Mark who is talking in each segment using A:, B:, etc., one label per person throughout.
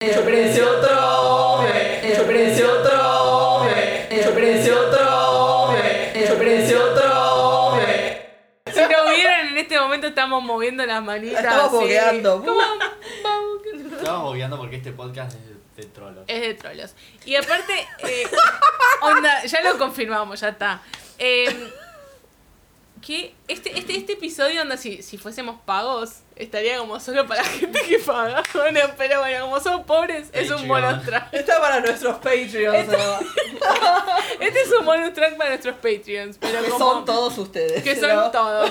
A: Yo precio trove, yo precio trove, yo precio trove, yo precio trove.
B: Si no vieran, en este momento estamos moviendo las manitas.
C: Estamos
B: así.
C: bogueando.
B: ¿Cómo? Vamos.
D: Estábamos obviando porque este podcast es de, de trolos.
B: Es de trolos. Y aparte, eh, onda, ya lo confirmamos, ya está. Eh, que este, este, este episodio, onda, si, si fuésemos pagos, estaría como solo para gente que paga. Bueno, pero bueno, como son pobres, es un
D: Patreon.
B: bonus track.
C: Está para nuestros Patreons, ¿no?
B: Este es un bonus track para nuestros Patreons. Pero
C: que
B: como,
C: son todos ustedes.
B: Que
C: ¿no?
B: son todos.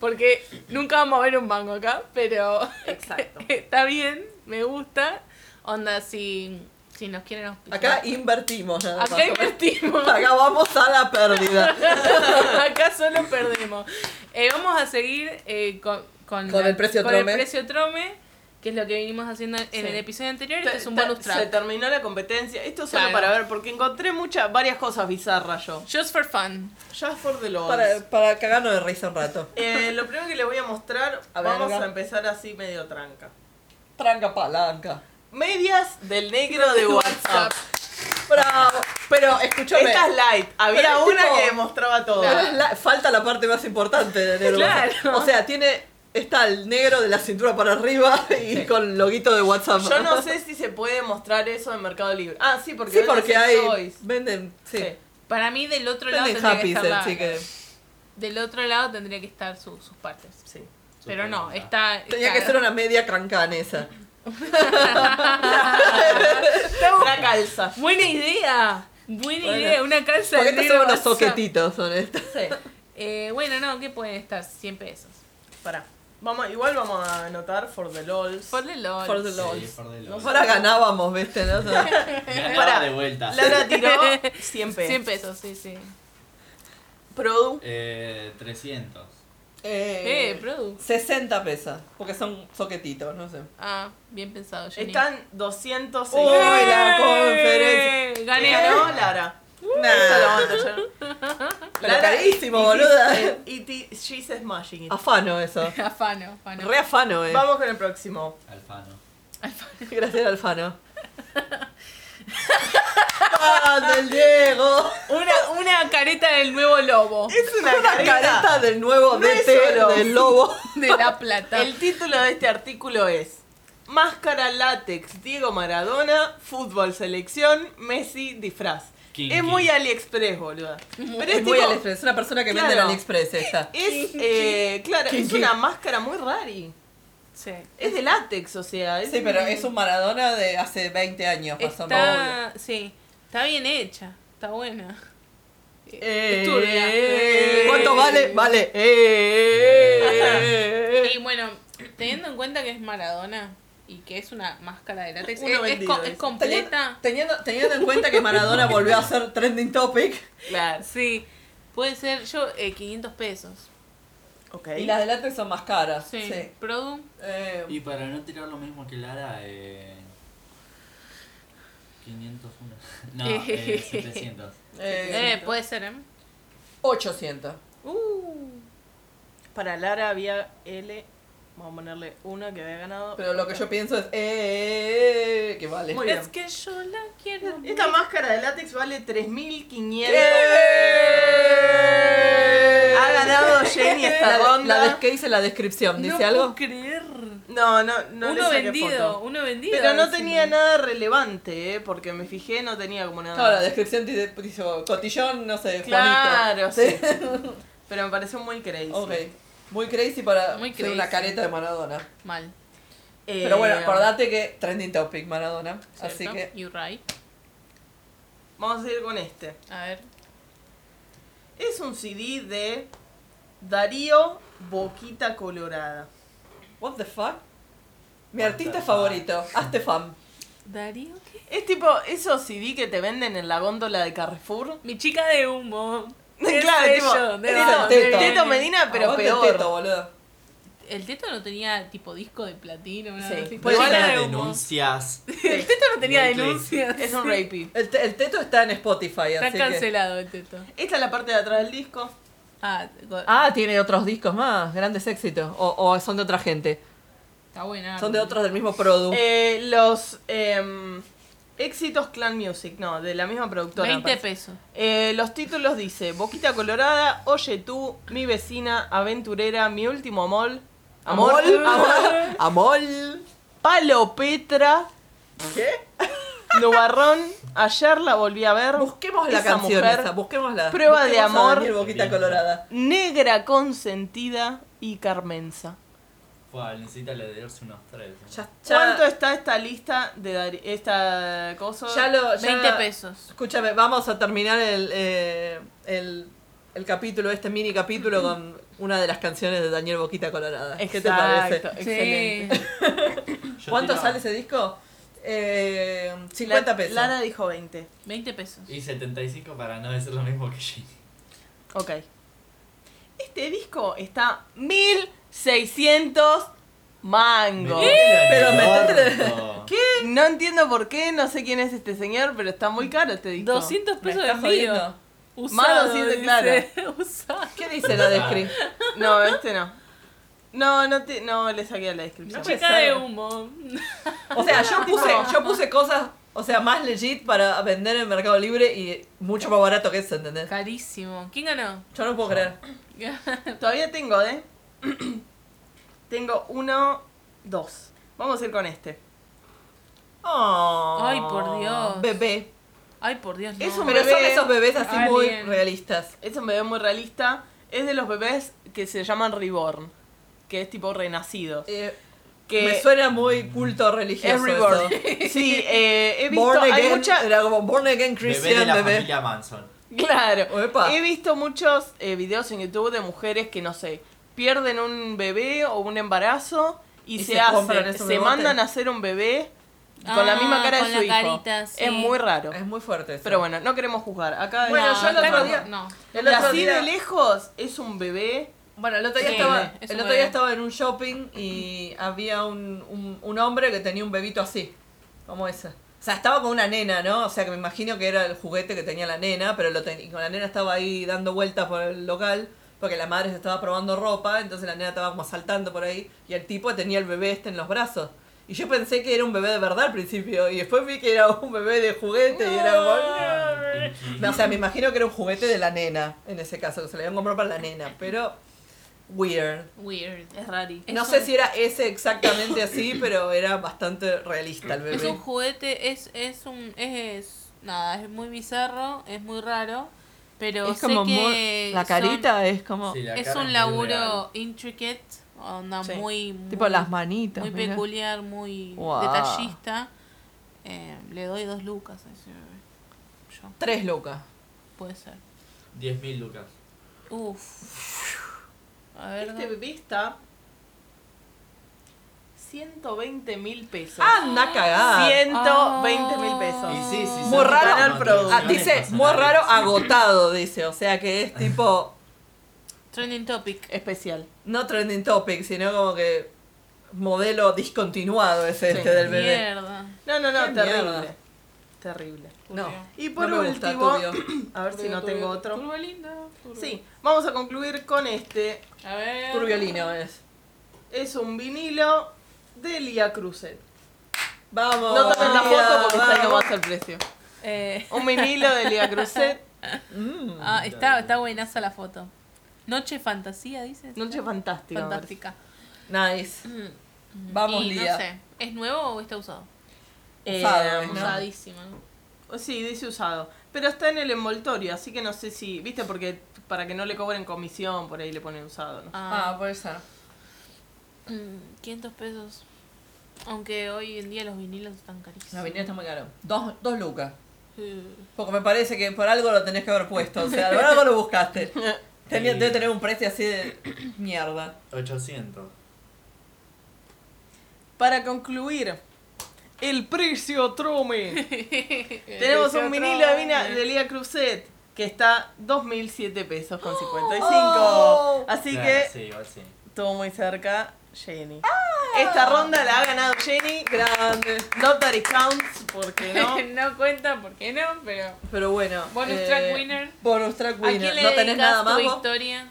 B: Porque nunca vamos a ver un banco acá, pero
A: Exacto.
B: está bien, me gusta. Onda, si, si nos quieren auspiciar.
C: Acá invertimos nada más.
B: Acá invertimos.
C: Acá vamos a la pérdida.
B: Acá solo perdemos. Eh, vamos a seguir eh, con,
C: Con el precio
B: con
C: trome.
B: el precio trome, que es lo que venimos haciendo en
A: Sí.
B: el episodio anterior.
A: Te-
B: Este es un
A: te-
B: bonus
A: Se
B: track.
A: terminó la competencia. Esto solo
B: Claro.
A: para ver, porque encontré muchas, varias cosas bizarras yo.
B: Just for fun.
A: Just for the love.
C: Para, para cagarnos de risa un rato.
A: Eh, lo primero que les voy a mostrar,
C: A ver,
A: vamos
C: acá.
A: a empezar así medio tranca.
C: Tranca palanca.
A: Medias del negro de WhatsApp.
C: Bravo. Pero escúchame.
A: Esta es light. Había
C: Pero es
A: una
C: tipo-
A: que demostraba todo.
C: Pero es la- falta la parte más importante de negro.
B: Claro.
C: O sea, tiene. Está el negro de la cintura para arriba y con loguito de WhatsApp.
A: Yo no sé si se puede mostrar eso en Mercado Libre. Ah, sí, porque
C: Sí,
A: venden
C: porque
A: sex
C: hay.
A: toys.
C: Venden. Sí.
A: Sí.
B: Para mí, del otro lado
C: Venden
B: tendría que estar
C: happy,
B: la-
C: así que.
B: Del otro lado tendría que estar su- sus partes.
A: Sí.
B: Pero no, está.
C: Tenía
B: está-
C: que ser una media crancanesa.
A: Una calza.
B: Buena idea. Buena
C: Bueno.
B: idea, una calza
C: Porque
B: de
C: estos
B: negro
C: son unos
B: WhatsApp.
C: soquetitos, son estos.
A: Sí.
B: Eh, bueno, no, ¿qué pueden estar? 100 pesos.
A: Pará. Vamos, igual vamos a anotar for the lols.
B: For the LOL.
C: For the
D: Sí,
C: LOL.
D: por de
A: No
D: los.
C: Ahora ganábamos, ¿viste? ¿No?
D: Ganaba
A: Pará.
D: de vuelta.
A: Laura tiró 100 pesos.
B: 100 pesos, sí, sí.
A: Produ.
D: Eh, 300.
C: Eh,
B: Eh, Produ.
C: 60 pesas, porque son soquetitos, no sé.
B: Ah, bien pensado, Jenny. Eh.
A: Están 200
C: Uy, la conferencia. Eh.
B: Gané.
A: Ganó Lara.
C: Uh,
A: E Eso lo
C: Nah.
A: aguanto yo.
C: Pero carísimo, boluda. Ah,
A: Y ti- she's smashing it.
C: Afano eso.
B: Afano, afano.
C: Re afano, eh.
A: Vamos con el próximo.
D: Alfano.
C: Gracias, Alfano. ¡Ah, del Diego!
B: Una, una careta del nuevo lobo.
A: Es una,
C: Una careta del nuevo
A: No es
C: DT
A: solo.
C: del lobo.
B: De la plata.
A: El título de este artículo es Máscara látex, Diego Maradona, fútbol selección, Messi disfraz.
D: Kinky.
A: Es muy AliExpress, boluda. Pero es,
C: Es muy
A: tipo-
C: AliExpress, es una persona que vende en
A: Claro.
C: AliExpress esta.
A: Es, eh, claro, es
C: Kinky.
A: una máscara muy rari.
B: Sí.
A: Es de látex, o sea. Es
C: Sí, pero es un Maradona de hace 20 años, más o menos.
B: Está, sí. Está bien hecha. Está buena.
A: Eh,
B: Es turbia.
A: eh,
C: ¿Cuánto vale? Vale. eh.
B: Y bueno, teniendo en cuenta que es Maradona y que es una máscara de látex,
A: Uno
B: es, es
A: vendido,
B: co- es
A: dice.
B: completa.
C: Teniendo, teniendo en cuenta que Maradona volvió a ser trending topic
A: Claro.
B: Sí, puede ser yo eh, 500 pesos.
A: Ok.
C: y las de látex son más caras.
B: Sí.
C: sí.
B: Produ,
C: Eh,
D: Y para no tirar lo mismo que Lara, eh, 501. No, eh, 700.
C: eh,
A: pues.
B: eh, puede ser, ¿eh?
C: 800.
B: Uh,
A: Para Lara había L. Vamos a ponerle una que había ganado.
C: Pero lo que yo pienso es, eh, eh, eh, que vale.
A: Muy bien.
B: es que yo la quiero.
A: Esta máscara de látex vale 3.500.
C: ¡Eh!
A: Ha ganado Jenny esta
C: La-
A: ronda.
C: la des- ¿Qué dice la descripción? ¿Dice
B: no
C: algo?
B: Puedo creer.
A: No, no, no le
B: uno
A: saqué
B: vendido,
A: foto.
B: uno vendido.
A: Pero no
B: encima.
A: tenía nada relevante, ¿eh? porque me fijé, no tenía como nada.
C: Claro, la descripción dice, dice, cotillón, no sé,
A: Claro,
C: Juanito.
A: sí. Pero me pareció muy crazy. Eh,
C: Ok. Muy crazy para
B: Muy
C: ser una
B: crazy.
C: careta de Maradona.
B: Mal.
A: Eh,
C: Pero bueno, acordate que trending topic Maradona. Así
B: ¿cierto?
C: que
B: You right.
A: Vamos a seguir con este.
B: A ver.
A: Es un CD de Darío Boquita Colorada.
C: What the fuck? Mi
D: What
C: artista
D: the fuck?
C: favorito, Hazte fan.
B: Darío, ¿qué?
A: Es tipo esos CD que te venden en la góndola de Carrefour.
B: Mi chica de humo.
A: Claro,
B: ¿Qué sé
A: tipo,
B: yo? ¿De
A: Teto-
B: dónde
C: Teto.
B: viene?
A: Teto Medina, Ah, pero
C: Aguante
A: peor.
C: Ah, Teto, boludo.
B: El teto no tenía tipo disco de platino, una
A: Sí.
B: cosa así. Tenía
A: Pues igual
B: la
D: las
B: de humo.
D: denuncias.
B: El teto no tenía
D: Blacklist.
B: denuncias.
A: Es un rapey.
C: El, te- el Teto está en Spotify,
B: Está
C: así que...
B: cancelado el teto.
A: Esta es la parte de atrás del disco.
B: Ah, go-
C: Ah, tiene otros discos más, grandes éxitos. O, o son de otra gente.
B: Está buena.
C: Son de otros del mismo producto.
A: Eh, los em, éxitos Clan Music, no, de la misma productora.
B: 20
A: parece.
B: pesos.
A: Eh, los títulos dice Boquita Colorada, Oye tú, Mi vecina, Aventurera, Mi último amor, amor,
C: Amol.
A: amor,
C: Amol.
A: Palo Petra,
C: ¿Qué?
A: Nubarrón, ayer la volví a ver,
C: Busquemos la
A: Esa
C: canción
A: mujer.
C: esa, busquémosla.
A: Prueba de
C: Busquemos a
A: amor.
C: Daniel Boquita
D: Bien.
C: Colorada.
A: Negra Consentida y Carmenza.
D: Fua, necesita leerse unos tres. ¿no?
C: Ya,
A: ¿Cuánto
C: ya,
A: está esta lista de Dari- esta cosa?
C: ya lo. ya-
B: 20 pesos.
C: Escúchame, vamos a terminar el, eh, el, el capítulo, este mini capítulo, con una de las canciones de Daniel Boquita Colorada. ¿Qué te parece?
A: Exacto, excelente.
B: Sí.
D: Yo
C: ¿Cuánto
D: tiraba-
C: sale ese disco? Eh, 50
A: La-
C: pesos.
A: Lara dijo 20.
B: 20 pesos.
D: Y 75 para no decir lo mismo que Jenny.
A: Ok. Este disco está 1600 mangos.
C: Pero
D: metete.
A: ¿Qué? No entiendo por qué, no sé quién es este señor, pero está muy caro este disco.
B: 200
C: Me
B: pesos de
C: estás
B: envío.
C: jodiendo.
A: Más
B: Usado,
A: 200,
B: dice.
A: claro.
B: Usado.
C: ¿Qué dice la descripción?
A: No, este no. No, no, te- no le saqué la descripción.
C: No puede
B: Chica de
C: ser.
B: humo.
C: O sea, yo puse, yo puse cosas, o sea, más legit para vender en Mercado Libre y mucho más barato que eso, ¿entendés?
B: Carísimo. ¿Quién ganó?
C: Yo no puedo creer.
A: Todavía tengo, ¿eh? tengo uno, dos. Vamos a ir con este.
C: Oh,
B: Ay, por Dios.
C: Bebé.
B: Ay, por Dios, no.
A: Es un
C: Pero son
A: Bebé.
C: esos bebés así muy
B: Alien.
C: realistas.
A: Es un bebé muy realista. Es de los bebés que se llaman Reborn. Que es tipo renacidos.
C: Eh,
A: Que
C: Me suena muy culto religioso.
A: es Reborn.
C: eso.
A: Sí, eh, he visto.
C: Born
A: hay
C: again,
A: mucha.
C: Era como Born Again
D: Bebé de
C: Christian,
D: la
C: bebé.
D: familia Manson.
A: Claro.
C: Oepa.
A: He visto muchos eh, videos en YouTube de mujeres que, no sé, pierden un bebé o un embarazo y,
C: Y
A: se,
C: se compran
A: hacen,
C: ese
A: se
C: bebote.
A: mandan a hacer un bebé con
B: Ah,
A: la misma cara
B: con
A: de su
B: la
A: hijo.
B: carita, sí.
A: Es muy raro.
C: Es muy fuerte eso.
A: Pero bueno, no queremos juzgar. Acá
C: Bueno,
A: es-
C: yo el
B: acá
C: otro
B: no,
C: día-
B: No.
C: el
A: Y
C: otro
A: así
C: día-
A: de lejos es un bebé.
C: Bueno, el otro día,
B: Sí,
C: estaba,
B: es
C: el
B: un
C: otro día
B: bebé.
C: estaba en un shopping y había un, un, un hombre que tenía un bebito así, como ese. O sea, estaba con una nena, ¿no? O sea, que me imagino que era el juguete que tenía la nena, pero lo ten- y con la nena estaba ahí dando vueltas por el local, porque la madre se estaba probando ropa, entonces la nena estaba como saltando por ahí, y el tipo tenía el bebé este en los brazos. Y yo pensé que era un bebé de verdad al principio, y después vi que era un bebé de juguete, y era como... No, o sea, me imagino que era un juguete de la nena, en ese caso, que se le habían comprado para la nena, pero weird.
B: Weird.
A: Es rari.
C: No
B: Es
C: sé
B: un-
C: si era ese exactamente así, pero era bastante realista el
B: Es un
C: bebé.
B: juguete, es, es un. Es, es- Nada, es muy bizarro, es muy raro. Pero sé que. son-
C: es como
D: Sí, la
B: es
D: cara
B: un
D: muy
B: laburo intricate, onda
A: Sí.
B: muy.
C: tipo
B: muy-
C: las manitas.
B: Muy
C: mirá.
B: peculiar, muy
C: Guau.
B: detallista. Eh, le doy dos lucas a ese bebé. Yo,
C: Tres lucas.
B: puede ser.
D: real. 10.000 lucas.
B: Uf. A ver.
A: Este bebé está 120 mil pesos.
C: Anda a cagar.
A: 120 mil pesos.
D: Y sí, sí,
C: Muy raro.
A: Canal Pro.
C: Ah, dice, muy raro agotado, dice. O sea que es tipo,
B: Trending topic.
A: Especial.
C: no trending topic, sino como que modelo discontinuado es este
A: Sí.
C: del bebé.
B: Mierda.
A: No, no, no,
C: Qué
A: terrible.
C: mierda.
A: Terrible.
C: No.
B: Turbio.
A: Y por
C: no me gusta,
A: último,
C: turbio.
A: a ver si
B: Turbio,
A: no
B: turbio.
A: tengo otro.
B: Turbo lindo. turbo.
A: Sí, vamos a concluir con este.
B: A ver.
C: Turbiolino es.
A: Es un vinilo de Lía Cruzet.
C: Vamos.
A: No tomen la foto porque está no
C: Oh, vamos.
A: más el precio.
B: Eh,
A: Un vinilo de Lía Cruzet.
C: Mm.
B: ah, está, está buenaza la foto. Noche fantasía, dices.
A: Noche fantástica. me parece.
B: fantástica.
C: Nice.
B: Mm.
C: Vamos,
B: Y
C: Lía.
B: No sé, ¿es nuevo o está usado?
A: Eh,
C: Usado, ¿no?
B: Usadísima.
A: Sí, dice usado. Pero está en el envoltorio, así que no sé si. ¿Viste? Porque para que no le cobren comisión, por ahí le ponen usado, ¿no?
B: Ah,
C: Ah, puede ser.
B: mm, 500 pesos. Aunque hoy en día los vinilos están carísimos.
C: No, vinilo está muy caro. Dos, dos lucas.
B: Eh,
C: Porque me parece que por algo lo tenés que haber puesto. O sea, por algo lo buscaste. Tenía, debe tener un precio así de mierda.
D: 800.
A: Para concluir, el precio trome. Tenemos un vinilo de, vina, de Lía Cruzet que está 2.007 pesos con 55.
C: Oh.
A: Así
D: Claro,
A: que
D: Sí, igual sí.
A: estuvo muy cerca Jenny.
C: Ah.
A: Esta ronda la ha ganado Jenny.
C: Grande.
A: Not that it counts, porque no.
B: no cuenta, ¿por qué no? Pero.
C: Pero bueno. eh,
B: Bonus track winner.
C: Bonus track
B: ¿A quién
C: winner.
B: le
C: No tenés
B: dedicas
C: nada más.
B: tu
C: vos?
B: historia?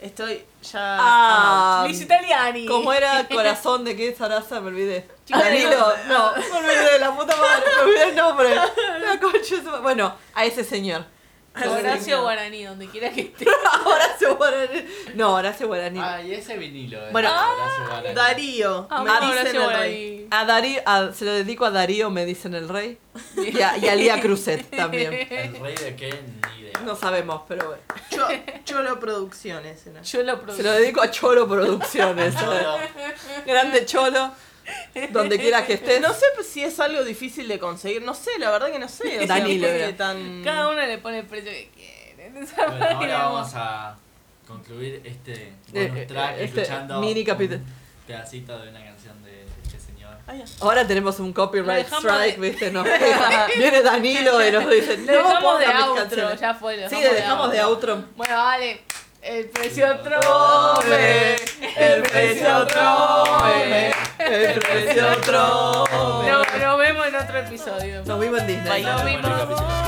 A: Estoy ya.
C: Ah,
B: Liz Italiani.
C: ¿Cómo era corazón de qué zaraza? Me olvidé.
B: Chica,
C: Danilo, no, me olvidé, la puta madre, me olvidé el nombre. La concha de su ma- Bueno, a ese señor.
A: out.
B: Horacio Guaraní, donde quiera que esté.
C: Horacio Guaraní. No, Horacio Guaraní.
D: Ah, y ese vinilo. eh.
C: Bueno, Ah,
D: Horacio Guaraní.
A: Darío.
B: Amo
A: me
B: a
A: dicen
B: Horacio
A: el rey.
B: Guaraní.
C: A Darío, a- se lo dedico a Darío, me dicen el rey. Y a, y a Lía Cruzet también.
D: El rey de qué, ni idea.
C: No sabemos, pero bueno.
A: Cho- Cholo Producciones era.
B: Yo lo
C: Se lo
B: produzco.
C: dedico a Cholo Producciones.
D: Cholo.
C: Grande Cholo, donde quieras que estés.
A: No sé si es algo difícil de conseguir. No sé, la verdad que no sé. O sea,
C: Danilo
A: ¿por qué
C: era.
A: tan...
B: Cada uno le pone el precio que quiere.
D: Bueno, ahora vamos a concluir este bonus track
C: este
D: escuchando
C: mini capítulo.
D: un pedacito de una canción de este señor.
A: Ay,
C: Ahora tenemos un copyright
B: Lo dejamos
C: strike,
B: de-
C: ¿viste? Nos deja- Viene Danilo y nos dice, no
B: dejamos de
C: pongan mis
B: outro,
C: canciones".
B: ya fue. lo
C: Sí, le dejamos de outro.
B: Bueno, vale. El precio
D: Trome,
B: trome.
C: el
B: precio trome,
C: el
D: precio trome.
B: No, nos vemos en otro episodio.
C: Nos vimos en Disney.
B: Nos vimos.
D: Bonito capítulo.
C: eh, eh, eh.